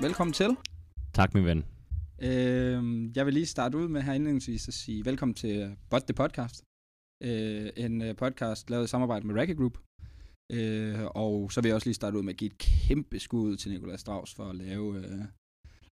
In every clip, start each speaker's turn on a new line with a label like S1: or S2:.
S1: Velkommen til.
S2: Tak, min ven.
S1: Øh, jeg vil lige starte ud med her indledningsvis at sige velkommen til Bot The Podcast. Øh, en øh, podcast lavet i samarbejde med Racket Group. Øh, og så vil jeg også lige starte ud med at give et kæmpe skud til Nikolaj Strauss for at lave, øh,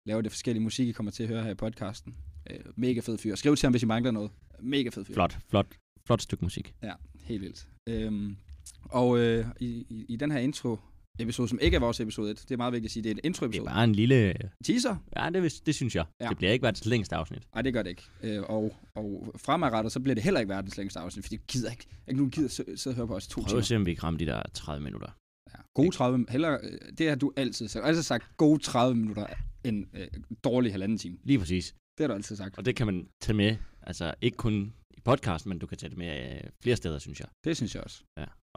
S1: lave det forskellige musik, I kommer til at høre her i podcasten. Øh, mega fed fyr. Skriv til ham, hvis I mangler noget. Mega fed fyr.
S2: Flot, flot, flot stykke musik.
S1: Ja, helt vildt. Øhm, og øh, i, i, i den her intro-episode, som ikke er vores episode 1, det er meget vigtigt at sige, det er en
S2: Det er
S1: intro-episode.
S2: bare en lille...
S1: Teaser?
S2: Ja, det, vis- det synes jeg.
S1: Ja.
S2: Ja. Det bliver ikke verdens længste afsnit.
S1: Nej, det gør det ikke. Øh, og, og fremadrettet, så bliver det heller ikke verdens længste afsnit, fordi jeg gider ikke, jeg nu gider sidde sidde og høre på os i to
S2: Prøv at
S1: timer.
S2: se, om vi kan ramme de der 30 minutter.
S1: Ja. Gode 30 hellere, øh, det har du altid sagt. Du har altid sagt gode 30 minutter end øh, dårlig halvanden time.
S2: Lige præcis.
S1: Det har du altid sagt.
S2: Og det kan man tage med, altså ikke kun i podcast, men du kan tage det med øh, flere steder, synes jeg.
S1: Det synes jeg også.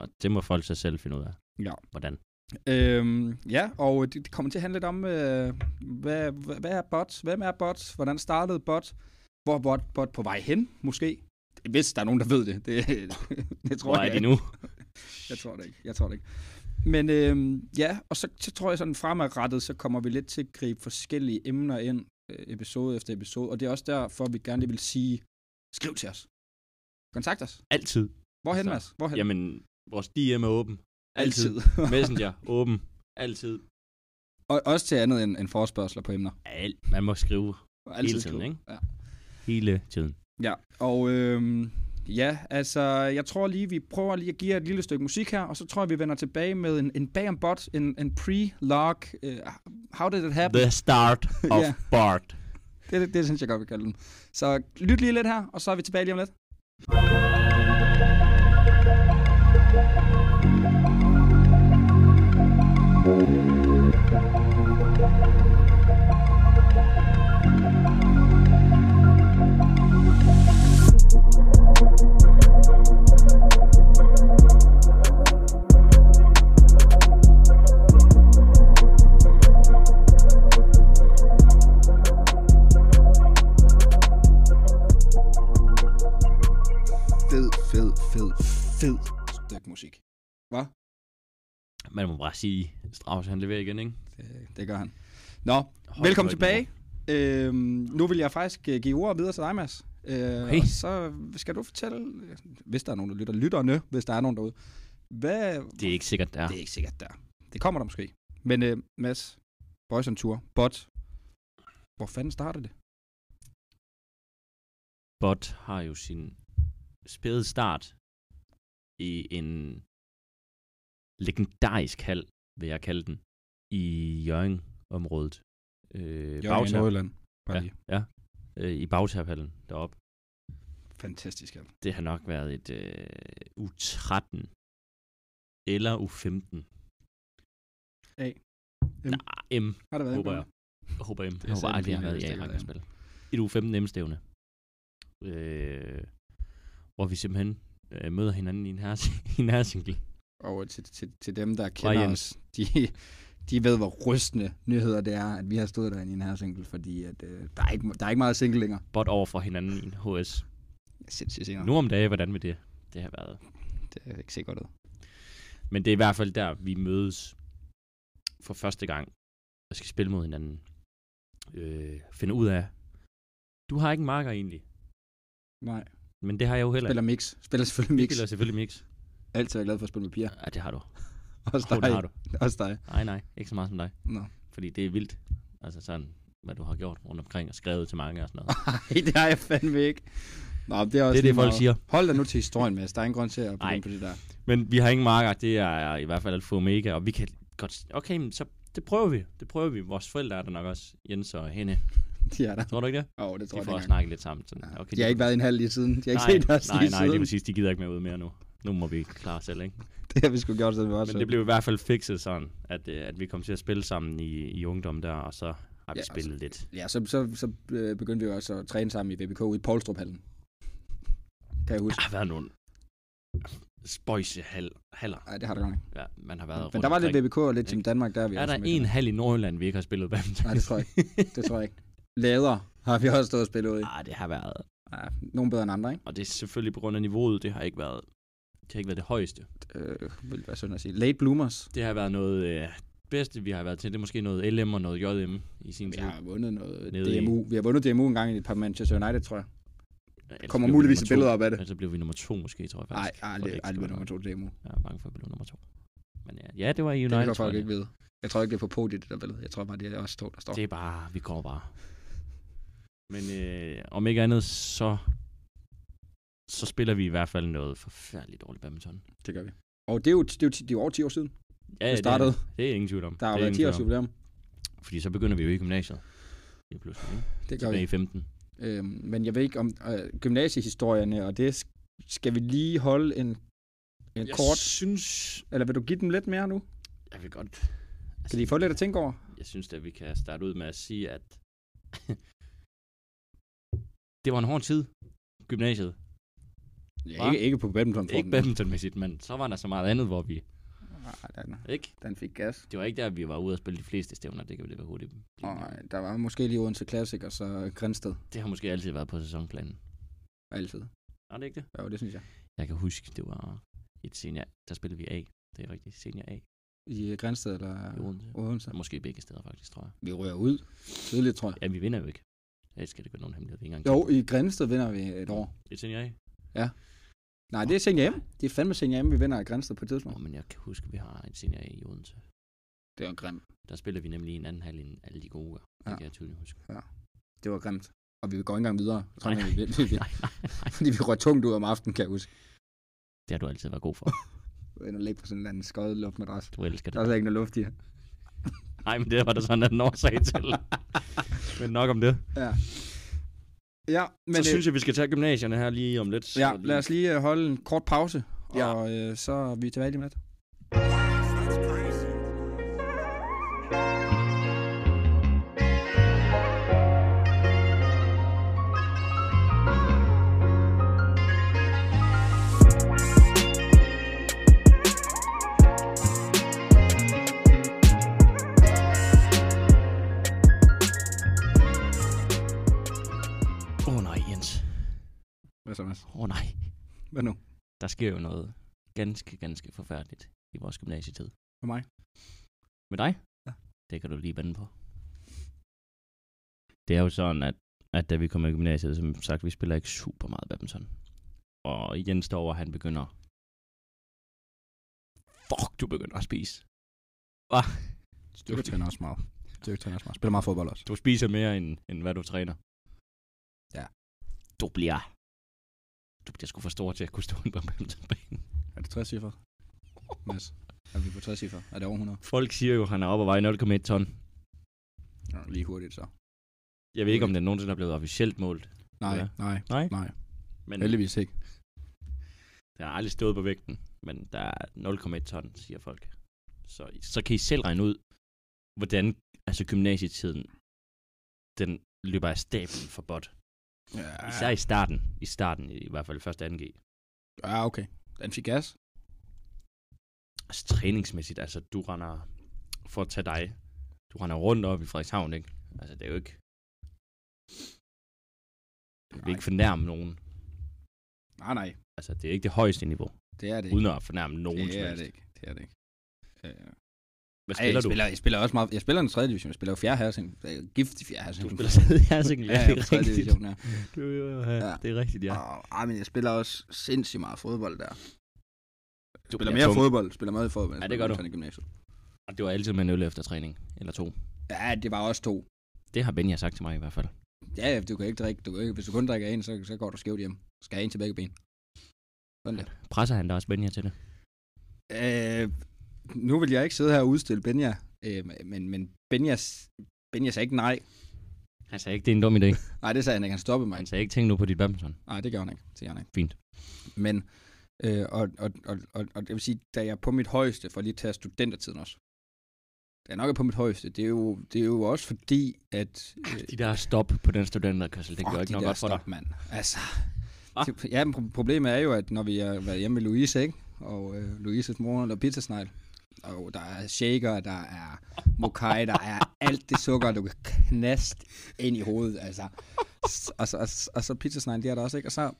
S2: Og det må folk så selv finde ud af,
S1: Ja.
S2: hvordan.
S1: Øhm, ja, og det, det kommer til at handle lidt om, øh, hvad, hvad, hvad er bots, hvem er bots, hvordan startede bot, hvor er bot, bot på vej hen, måske? Hvis der er nogen, der ved det. Det, det tror
S2: Hvor
S1: jeg
S2: er de
S1: ikke.
S2: nu?
S1: Jeg tror det ikke. Jeg tror det ikke. Men øhm, ja, og så, så tror jeg sådan fremadrettet, så kommer vi lidt til at gribe forskellige emner ind, øh, episode efter episode, og det er også derfor, vi gerne lige vil sige, skriv til os. Kontakt os.
S2: Altid.
S1: Hvorhen,
S2: Så-
S1: Mads? Hvorhen?
S2: Altså, Jamen, vores DM er åben. Altid. Messenger, åben. Altid.
S1: og også til andet end, end forspørgseler på emner.
S2: Alt. Man må skrive
S1: Altid
S2: Hele tiden,
S1: skriv.
S2: ikke?
S1: Ja.
S2: hele tiden.
S1: Ja, og øhm, ja, altså, jeg tror lige, vi prøver lige at give jer et lille stykke musik her, og så tror jeg, vi vender tilbage med en, en bag om bot, en, en pre-log, uh, how did it happen?
S2: The start of
S1: Ja.
S2: Bart.
S1: Det, det, det synes jeg godt, vi kalder den. Så lyt lige lidt her, og så er vi tilbage lige om lidt. Fed, fed, fed, fed stykke musik.
S2: Man må bare sige, Strauss han leverer igen, ikke?
S1: Det, det gør han. Nå,
S2: Hold
S1: velkommen
S2: højt
S1: tilbage. Øhm, nu vil jeg faktisk øh, give ordet videre til dig, Mads. Øh, okay. Og så skal du fortælle, hvis der er nogen, der lytter, lytterne, hvis der er nogen derude. Hvad,
S2: Det er ikke sikkert, der.
S1: det er ikke sikkert der. Det kommer der måske. Men øh, Mads, Boys on Tour, Bot, hvor fanden startede det?
S2: Bot har jo sin spæde start i en legendarisk hal, vil jeg kalde den, i Jørgen-området. Øh, Bagterp.
S1: Nordjylland. Bare
S2: Ja.
S1: lige.
S2: øh, I bagtabhallen deroppe.
S1: Fantastisk. Ja.
S2: Det har nok været et øh, U13 eller U15.
S1: A. M.
S2: Nej, M.
S1: Har det været
S2: Håber
S1: en
S2: jeg. Jeg håber, jeg,
S1: er
S2: jeg håber
S1: selv
S2: aldrig, jeg har
S1: pinligt,
S2: været i
S1: hvis det ikke har
S2: A-rækken at spille. Et u 15 M-stævne. Øh, hvor vi simpelthen øh, møder hinanden i en, her, i en hersingle.
S1: Og til, til, til dem, der kender
S2: Jens.
S1: os, de, de ved, hvor rystende nyheder det er, at vi har stået derinde i en her single, fordi at, øh, der, er ikke, der er ikke meget single længere.
S2: Bot over for hinanden i en HS.
S1: Sindssygt senere.
S2: Nu om dage, hvordan med det? Det har været.
S1: Det er ikke sikkert ud.
S2: Men det er i hvert fald der, vi mødes for første gang og skal spille mod hinanden. Øh, finde ud af, du har ikke en marker egentlig,
S1: Nej.
S2: men det har jeg jo heller
S1: Spiller mix. Spiller selvfølgelig
S2: Vi
S1: mix.
S2: spiller selvfølgelig mix.
S1: Altid er jeg glad for at spille med piger.
S2: Ja, det har du.
S1: Også
S2: Oh, det
S1: dig.
S2: har du.
S1: Også dig.
S2: Nej, nej, ikke så meget som dig.
S1: Nå.
S2: Fordi det er vildt. Altså sådan, hvad du har gjort rundt omkring og skrevet til mange og sådan noget.
S1: Ej, det har jeg fandme ikke. Nå, det er også
S2: det er det,
S1: lige
S2: folk
S1: meget.
S2: siger.
S1: Hold dig nu til historien, Mads. Der er ingen grund til at
S2: Nej.
S1: begynde på det der.
S2: Men vi har ingen marker, det er i hvert fald alfa og omega, og vi kan godt... Okay, men så det prøver vi. Det prøver vi. Vores forældre er der nok også, Jens og Henne.
S1: De er der.
S2: Tror du ikke det?
S1: Åh, oh, det tror
S2: De
S1: jeg
S2: får
S1: ikke engang.
S2: også snakket lidt sammen. Sådan,
S1: Ja.
S2: okay,
S1: De har ikke været i en halv lige siden. De har ikke
S2: nej,
S1: set os
S2: nej,
S1: lige
S2: nej,
S1: siden.
S2: det er præcis. De gider ikke med ud mere nu. Nu må vi klare os selv, ikke?
S1: Det har vi sgu gjort, så vi var
S2: Men det blev i hvert fald fikset sådan, at, øh, at vi kom til at spille sammen i, i ungdom der, og så har vi
S1: Ja,
S2: ja, spillet lidt.
S1: Ja, så, så, så øh, begyndte vi også at træne sammen i VBK ude i Poulstruphallen. Kan jeg huske.
S2: Der har været nogle spøjse hal- haller,
S1: Nej, det har der godt nok.
S2: ja, man har været
S1: Men
S2: rundt
S1: der var lidt
S2: omkring.
S1: VBK og lidt Team Danmark, der er vi
S2: Er
S1: også
S2: der
S1: med.
S2: en hal i Nordjylland, vi ikke har spillet badminton?
S1: Nej, det tror jeg ikke. Det tror jeg ikke. Lader har vi også stået og spillet ud i.
S2: Ah, det har været.
S1: Ja, nogen bedre end andre, ikke?
S2: Og det er selvfølgelig på grund af niveauet, det har ikke været, det har ikke været det højeste.
S1: Øh, vil være sådan at sige. Late bloomers.
S2: Det har været noget øh, bedste, vi har været til, det er måske noget LM og noget JM i sin
S1: Vi
S2: tid.
S1: har vundet noget
S2: Nede i-
S1: DMU. Vi har vundet DMU en gang i et par Manchester United, tror jeg.
S2: Ellers
S1: Kommer
S2: blev vi
S1: muligvis
S2: nummer
S1: et
S2: to.
S1: billede op af det.
S2: Ellers så blev vi nummer to måske, tror jeg faktisk.
S1: Nej, aldrig,
S2: ikke
S1: aldrig
S2: skal
S1: blevet
S2: være
S1: nummer to DMU.
S2: Jeg er bange for at blive nummer to. Men ja, ja det var i United.
S1: det kan
S2: tror
S1: folk
S2: jeg.
S1: ikke vide. Jeg tror ikke, det er på podiet, det der billede. Jeg tror bare, det er os to, der står.
S2: Det er bare, vi går bare. Men øh, om ikke andet, så, så spiller vi i hvert fald noget forfærdeligt dårligt badminton.
S1: Det gør vi. Og det er jo, det er jo, ti- det er jo over 10 år siden,
S2: Ja,
S1: vi
S2: det,
S1: startede.
S2: er, det er ingen tvivl om.
S1: Der har
S2: det
S1: jo
S2: er
S1: været
S2: ingen
S1: 10 års
S2: tvivl om.
S1: jubilæum.
S2: Fordi så begynder vi jo i gymnasiet. Det er pludselig, ikke?
S1: Det gør
S2: Tilbage
S1: vi.
S2: i 15.
S1: Øhm, men jeg ved ikke om øh, gymnasiehistorierne, og det sk- skal vi lige holde en, en kort...
S2: synes...
S1: Eller vil du give dem lidt mere nu?
S2: Jeg vil godt...
S1: Kan de få lidt at tænke over?
S2: Jeg synes, at vi kan starte ud med at sige, at... det var en hård tid. Gymnasiet.
S1: Ja, ikke, ikke på badminton.
S2: Ikke badmintonmæssigt, men så var der så meget andet, hvor vi...
S1: den,
S2: Ikke?
S1: den fik gas.
S2: Det var ikke der, vi var ude og spille de fleste stævner. Det kan vi lige være hurtigt. blive enige om.
S1: Og øh, der var måske lige Odense Classic, og så Grænsted.
S2: Det har måske altid været på sæsonplanen.
S1: Altid.
S2: Er det ikke det?
S1: Ja, det synes jeg.
S2: Jeg kan huske, det var et senior... Der spillede vi A. Det er rigtigt. Senior A
S1: I øh, Grænsted eller
S2: i Odense.
S1: Odense.
S2: Måske begge steder, faktisk, tror jeg.
S1: Vi rører ud. Tidligt, tror jeg.
S2: Ja, vi vinder jo ikke. Jeg skal det gøre nogen hemmelighed. Vi ikke engang
S1: Jo, i Grænsted vinder vi et år.
S2: Et senior A.
S1: Nej, det er senior M. Det er fandme senior M, vi vinder i Grænsted på et
S2: Nå,
S1: tidspunkt.
S2: men jeg kan huske, at vi har et senior A i Odense.
S1: Det var grimt.
S2: Der spiller vi nemlig i en anden halv end alle de gode. gør. Det
S1: Ja.
S2: kan jeg tydeligt huske.
S1: Det var grimt. Og vi går ikke engang videre. Jeg tror,
S2: Nej,
S1: vi, vi, vi,
S2: Nej, nej, nej.
S1: fordi vi røg tungt ud om aftenen, kan jeg huske.
S2: Det har du altid været god for.
S1: Vi ender ligge på sådan en eller anden skøjet luftmadras.
S2: Du elsker
S1: Der
S2: det.
S1: er slet ikke noget luft i.
S2: Nej, men det var der sådan en årsag til. men nok om det.
S1: Ja, øh,
S2: Men så synes jeg, vi skal tage gymnasierne her lige om lidt.
S1: Ja,
S2: Og lige-
S1: lad os lige øh, holde en kort pause,
S2: Ja.
S1: og øh, så er vi tilbage lige om lidt.
S2: Åh oh, nej, Jens.
S1: Hvad så, Mads?
S2: Åh oh, nej.
S1: Hvad nu?
S2: Der sker jo noget ganske, ganske forfærdeligt i vores gymnasietid.
S1: For mig?
S2: Med dig?
S1: Ja.
S2: Det kan du lige bande på. Det er jo sådan, at, at da vi kommer i gymnasiet, som sagt, vi spiller ikke super meget badminton. Og Jens står over, han begynder... Fuck, du begynder at spise. Hva?
S1: Styrketræner også meget. Styrketræner også meget. Spiller meget fodbold også.
S2: Du spiser mere, end, end hvad du træner.
S1: Ja.
S2: Du bliver... Du bliver sgu for stor til at kunne stå på en badmintonbane.
S1: Er det 60 cifre? Mads, er vi på 60 cifre? Er det over 100?
S2: Folk siger jo, at han er oppe og veje 0,1 ton.
S1: Ja, lige hurtigt så.
S2: Jeg ved ikke, om den nogensinde er blevet officielt målt.
S1: Nej,
S2: Ja.
S1: nej,
S2: Nej.
S1: nej.
S2: Men
S1: Heldigvis ikke.
S2: den har aldrig stået på vægten. Men der er 0,1 ton, siger folk. Så, så kan I selv regne ud, hvordan altså gymnasietiden, den løber af stablen for bot.
S1: Ja,
S2: Især i starten. I starten, i hvert fald første 2G.
S1: ja okay. Den fik gas.
S2: Altså træningsmæssigt, altså du render, for at tage dig, du render rundt op i Frederikshavn, ikke? Altså det er jo ikke, du vil ikke fornærme nogen.
S1: Nej, nej.
S2: Altså det er ikke det højeste niveau,
S1: Det er det ikke.
S2: uden at fornærme nogen.
S1: det
S2: som
S1: er
S2: helst.
S1: det ikke. Det er det ikke. Øh, Ej,
S2: Hvad spiller
S1: jeg
S2: du?
S1: Spiller, jeg spiller også meget. Jeg spiller en 3. division. Jeg spiller jo 4. hersing. Jeg er gift i 4. hersing.
S2: Du spiller stadig Hersing,
S1: ja, jeg er 3. division, ja.
S2: Du, ja,
S1: Ja.
S2: Det er rigtigt, ja.
S1: Og, ej, men jeg spiller også sindssygt meget fodbold der.
S2: Du
S1: Spiller mere fodbold. Spiller meget fodbold. end
S2: Ja, det gør du.
S1: badminton i gymnasiet.
S2: Det var altid med en øl efter træning, eller to.
S1: Ja, det var også to.
S2: Det har Benja sagt til mig i hvert fald.
S1: Ja, du kan ikke drikke. Du kan ikke. Hvis du kun drikker en, så, så går du skævt hjem. Du skal have en til begge ben. Sådan der.
S2: Presser han da også Benja til det?
S1: Øh, nu vil jeg ikke sidde her og udstille Benja. Øh, men, men Benjas, Benja sagde ikke nej.
S2: Han sagde ikke, det er en dum idé.
S1: Nej, det sagde han ikke. Han stoppede mig.
S2: Han sagde ikke, tænk nu på dit badminton.
S1: Nej, det gør han ikke. Det gør han ikke.
S2: Fint.
S1: Men, øh, og, og, og, og, og det vil sige, da jeg er på mit højeste, for lige at tage studentertiden også, da jeg nok er på mit højeste, det er jo, det er jo også fordi, at... Øh,
S2: De der stop på den studenterkørsel, det
S1: fuck,
S2: gør ikke
S1: de
S2: noget
S1: der
S2: godt for dig.
S1: stop, Mand. Altså,
S2: Ah.
S1: det, ja, men pro- problemet er jo, at når vi har været hjemme med Louise, ikke? og øh, Louises mor der pizzasnegl, og der er shaker, der er mokai, der er alt det sukker, du kan knast ind i hovedet, altså. S- Og så, og, så- og så pizzasnegl, det er der også, ikke? Og så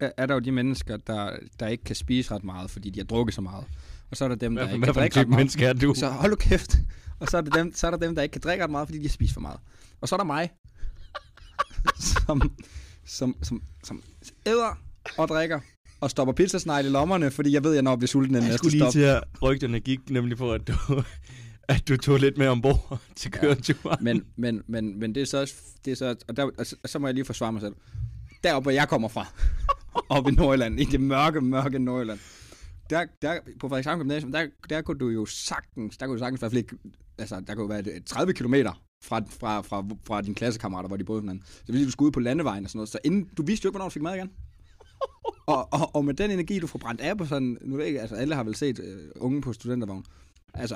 S1: er- er der jo de mennesker, der, der ikke kan spise ret meget, fordi de har drukket så meget. Og så er der dem, der
S2: Hvad,
S1: ikke
S2: hvad
S1: kan
S2: for en
S1: drikke ret
S2: type
S1: meget.
S2: menneske er du?
S1: Så hold nu kæft. Og så er, det dem, så er der dem, der ikke kan drikke ret meget, fordi de har spist for meget. Og så er der mig, som, som, som, som æder og drikker og stopper pizzasnegle i lommerne, fordi jeg ved, jeg når at blive sulten den
S2: jeg
S1: næste
S2: skulle lige
S1: stop.
S2: til at rygterne gik nemlig på, at du, at du tog lidt med ombord til køreturen.
S1: Men, men, men, men det er så, også- det er så også- og, der, og, så, og så må jeg lige forsvare mig selv. Deroppe, hvor jeg kommer fra, oppe i Nordjylland, i det mørke, mørke Nordjylland, der, der, på Frederikshavn Gymnasium, der, der kunne du jo sagtens, der kunne du sagtens i hvert fald ikke, altså der kunne være et- 30 km fra, fra, fra, fra dine klassekammerater, hvor de boede hinanden. Så hvis du skulle ud på landevejen og sådan noget, så inden, du vidste jo ikke, hvornår du fik mad igen. Og, og, og med den energi, du får brændt af på sådan, nu ved jeg ikke, altså alle har vel set øh, unge på studentervogn, altså,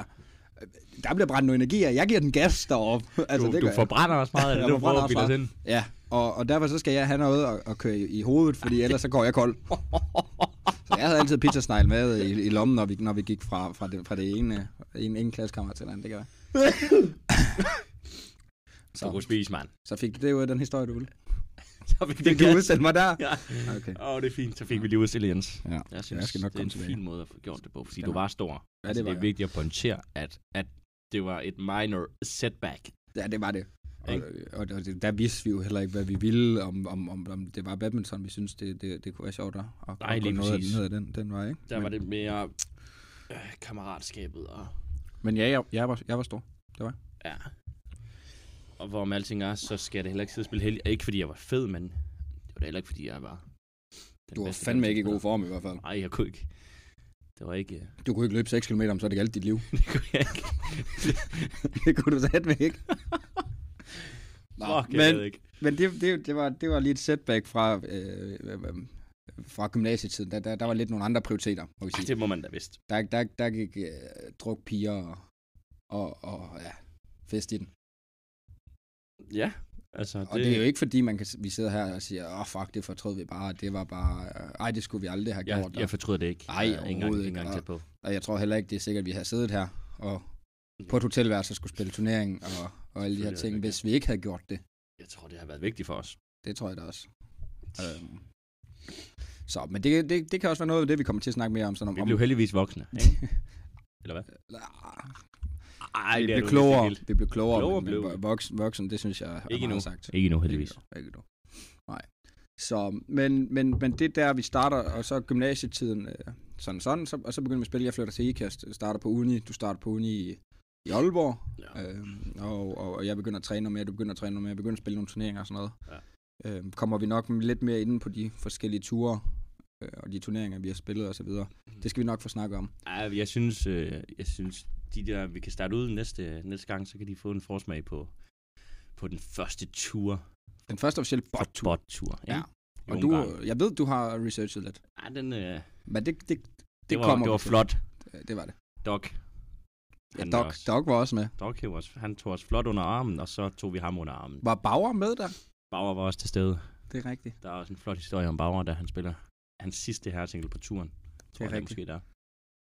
S1: øh, der bliver brændt noget energi, og jeg giver den gas deroppe. altså,
S2: du,
S1: det
S2: du
S1: gør jeg.
S2: forbrænder også meget af
S1: Jeg
S2: det, du
S1: forbrænder
S2: prøver at
S1: også
S2: bilde os ind.
S1: Ja, og, og derfor så skal jeg have noget at, at køre i, i hovedet, fordi ellers så går jeg kold. Så jeg havde altid pizzasnegl med i, i lommen, når vi, når vi gik fra, fra, det, fra det ene, en, en klassekammerat til den anden, det kan være.
S2: Så kunne
S1: Så,
S2: spise, mand.
S1: så fik du det ud af den historie, du ville.
S2: Så fik
S1: Fik du udsætte mig der?
S2: Ja.
S1: Okay.
S2: Åh, det er fint. Så fik vi lige udstillet Jens.
S1: Ja,
S2: Jeg,
S1: jeg skal nok
S2: det er
S1: komme
S2: en
S1: tilbage.
S2: fin måde at få gjort det på, fordi
S1: Skal
S2: du
S1: nok.
S2: var stor. Ja,
S1: det
S2: altså,
S1: var
S2: det er
S1: jeg.
S2: vigtigt at pointere, at, at det var et minor setback.
S1: Ja, det var det. Og,
S2: Ikke?
S1: og, og det- der vidste vi jo heller ikke, hvad vi ville, om, om, om, om det var badminton, vi synes det, det, det kunne være sjovt at, at
S2: Nej,
S1: at gå
S2: lige
S1: noget, af-
S2: præcis.
S1: noget af den, den vej, ikke?
S2: Der
S1: men,
S2: var det mere øh, kammeratskabet og...
S1: Men ja, jeg, jeg, var, jeg var stor.
S2: Ja. Og hvorom alting er, så skal jeg da heller ikke sidde og spille heldig. Ikke fordi jeg var fed, men det var da heller ikke, fordi jeg var... den
S1: Du var
S2: bedste
S1: fandme ikke i god
S2: badmintonspiller.
S1: form i hvert fald.
S2: Nej, jeg kunne ikke. Det var ikke... øh,
S1: Du kunne ikke løbe 6 km, om så det galt dit liv.
S2: Det kunne jeg ikke.
S1: det kunne du satme ikke. Nå,
S2: Fuck, jeg ved
S1: men
S2: ikke.
S1: men det, det, det, var, det var lige et setback fra, øh, øh, øh, fra gymnasietiden. Der, der, der var lidt nogle andre prioriteter, må vi
S2: Ej,
S1: sige.
S2: det må man da vist.
S1: Der, der, der gik øh, druk piger og, og, og ja, fest i den.
S2: Ja, altså...
S1: Og det er jo ikke fordi, man kan, vi sidder her og siger, åh oh, fuck, det fortrød vi bare, det var bare, øh, ej, det skulle vi aldrig have
S2: Jeg,
S1: gjort.
S2: jeg fortryder det ikke.
S1: Nej,
S2: Jeg er ikke engang,
S1: overhovedet
S2: ikke
S1: ikke,
S2: engang
S1: nej.
S2: tæt på.
S1: og, og jeg tror heller ikke, det er sikkert, at vi har siddet her og på et hotelværelse skulle spille turnering og, og alle de her
S2: Mm. Selvfølgelig er
S1: ting,
S2: det
S1: hvis vi ikke havde gjort det.
S2: Jeg tror, det har været vigtigt for os.
S1: Det tror jeg da også. Øhm. Så, men det, det, det kan også være noget af det, vi kommer til at snakke mere om. Sådan om
S2: Vi
S1: om-
S2: blev heldigvis voksne, ikke? Eller hvad?
S1: Ah,
S2: Ej,
S1: vi,
S2: det er
S1: blev
S2: du
S1: klogere,
S2: vist
S1: vi blev klogere,
S2: Klogere
S1: men,
S2: blev
S1: men
S2: vi.
S1: voksen, voksen, det synes jeg er
S2: Ikke
S1: meget
S2: endnu.
S1: sagt.
S2: Ikke nu, heldigvis.
S1: Ikke nu, Ikke nu. Nej. Så, men, men, men det er der, vi starter, og så gymnasietiden, øh, sådan sådan, så, og så begynder vi at spille, jeg flytter til IKAST, starter på uni, du starter på uni i, i Aalborg,
S2: Ja.
S1: ja. og, og, og jeg begynder at træne noget mere, du begynder at træne noget mere, jeg begynder at spille nogle turneringer og sådan noget. Ja. Øhm, kommer vi nok lidt mere ind på de forskellige ture, øh, og de turneringer, vi har spillet og så videre.
S2: Mhm.
S1: Det skal vi nok få snakket om.
S2: Ej, jeg synes, øh, jeg synes, de der, vi kan starte ud næste, næste gang, så kan de få en forsmag på, på den første tur.
S1: Den første officielle bot-tur.
S2: Bot-tur. ikke?
S1: Ja.
S2: I
S1: Og du,
S2: Ungarn.
S1: jeg ved, du har researchet lidt,
S2: Ej, den, øh, det,
S1: men det, det, det,
S2: det, var,
S1: kommer
S2: det
S1: vi
S2: var
S1: til.
S2: flot.
S1: Øh, Det var det.
S2: Doc.
S1: Ja,
S2: Han
S1: Doc,
S2: var også-
S1: Doc var også med.
S2: Doc hev os, han tog os flot under armen, og så tog vi ham under armen.
S1: Var Bauer med der?
S2: Bauer var også til stede.
S1: Det er rigtigt.
S2: Der er også en flot historie om Bauer, da han spiller hans sidste herresingle på turen. Tror jeg, det er
S1: rigtigt.
S2: måske der.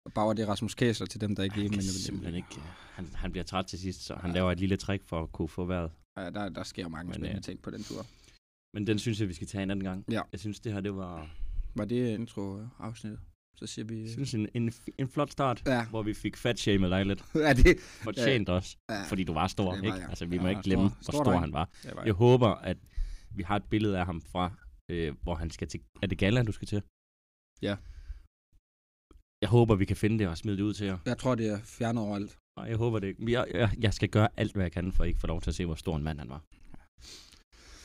S1: Og Bauer, det er Rasmus Kæsler til dem, der ikke
S2: Han
S1: lige...
S2: kan
S1: Men,
S2: simpelthen ikke. øh, Han, han bliver træt til sidst, så han
S1: Ja.
S2: laver et lille trick for at kunne få vejret.
S1: Ja, der, der sker mange
S2: Men,
S1: spændende
S2: øh,
S1: ting på den tur.
S2: Men den synes jeg, vi skal tage en anden gang.
S1: Ja.
S2: Jeg synes, det her, det var
S1: Var det intro-afsnittet? Så siger vi...
S2: jeg synes, en, en, en flot start,
S1: Ja,
S2: hvor vi fik fat shamed dig lidt.
S1: ja det...
S2: Fortjent ja. os,
S1: Ja,
S2: fordi du var stor.
S1: det var
S2: ikke?
S1: jeg.
S2: Altså, vi
S1: Jeg
S2: må
S1: var
S2: ikke glemme,
S1: stor.
S2: hvor
S1: Stor
S2: stor
S1: dreng.
S2: han var.
S1: det var
S2: Jeg håber, at vi har et billede af ham fra, øh, hvor han skal til... Er det Gala, du skal til?
S1: Ja.
S2: Jeg håber, vi kan finde det og smide det ud til jer.
S1: jeg tror, det er fjernet overalt.
S2: Nej, jeg håber det ikke. Men Jeg, jeg, jeg skal gøre alt, hvad jeg kan, for ikke få lov til at se, hvor stor en mand han var.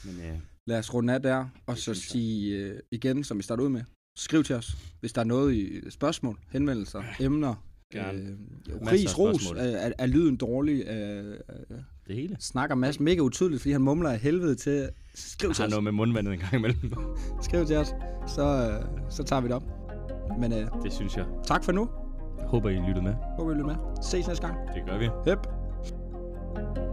S2: Men øh,
S1: Lad os runde af der, og
S2: Det
S1: så
S2: synes jeg.
S1: sige øh, igen, som vi startede ud med. Skriv til os, hvis der er noget i spørgsmål, henvendelser, emner.
S2: Gerne.
S1: Øh,
S2: af
S1: ris, ros.
S2: spørgsmål.
S1: Øh, er, er lyden dårlig? Øh, øh,
S2: det hele.
S1: snakker Mads mega utydeligt, fordi han mumler af helvede til... Skriv
S2: Jeg
S1: til
S2: har
S1: os.
S2: noget med mundvandet en gang imellem.
S1: Skriv til os, så, øh, så tager vi det op. Men øh,
S2: Det synes jeg.
S1: tak for nu.
S2: Håber, I lyttede med.
S1: Håber I lytter med. Ses næste gang.
S2: Det gør vi.
S1: Hep.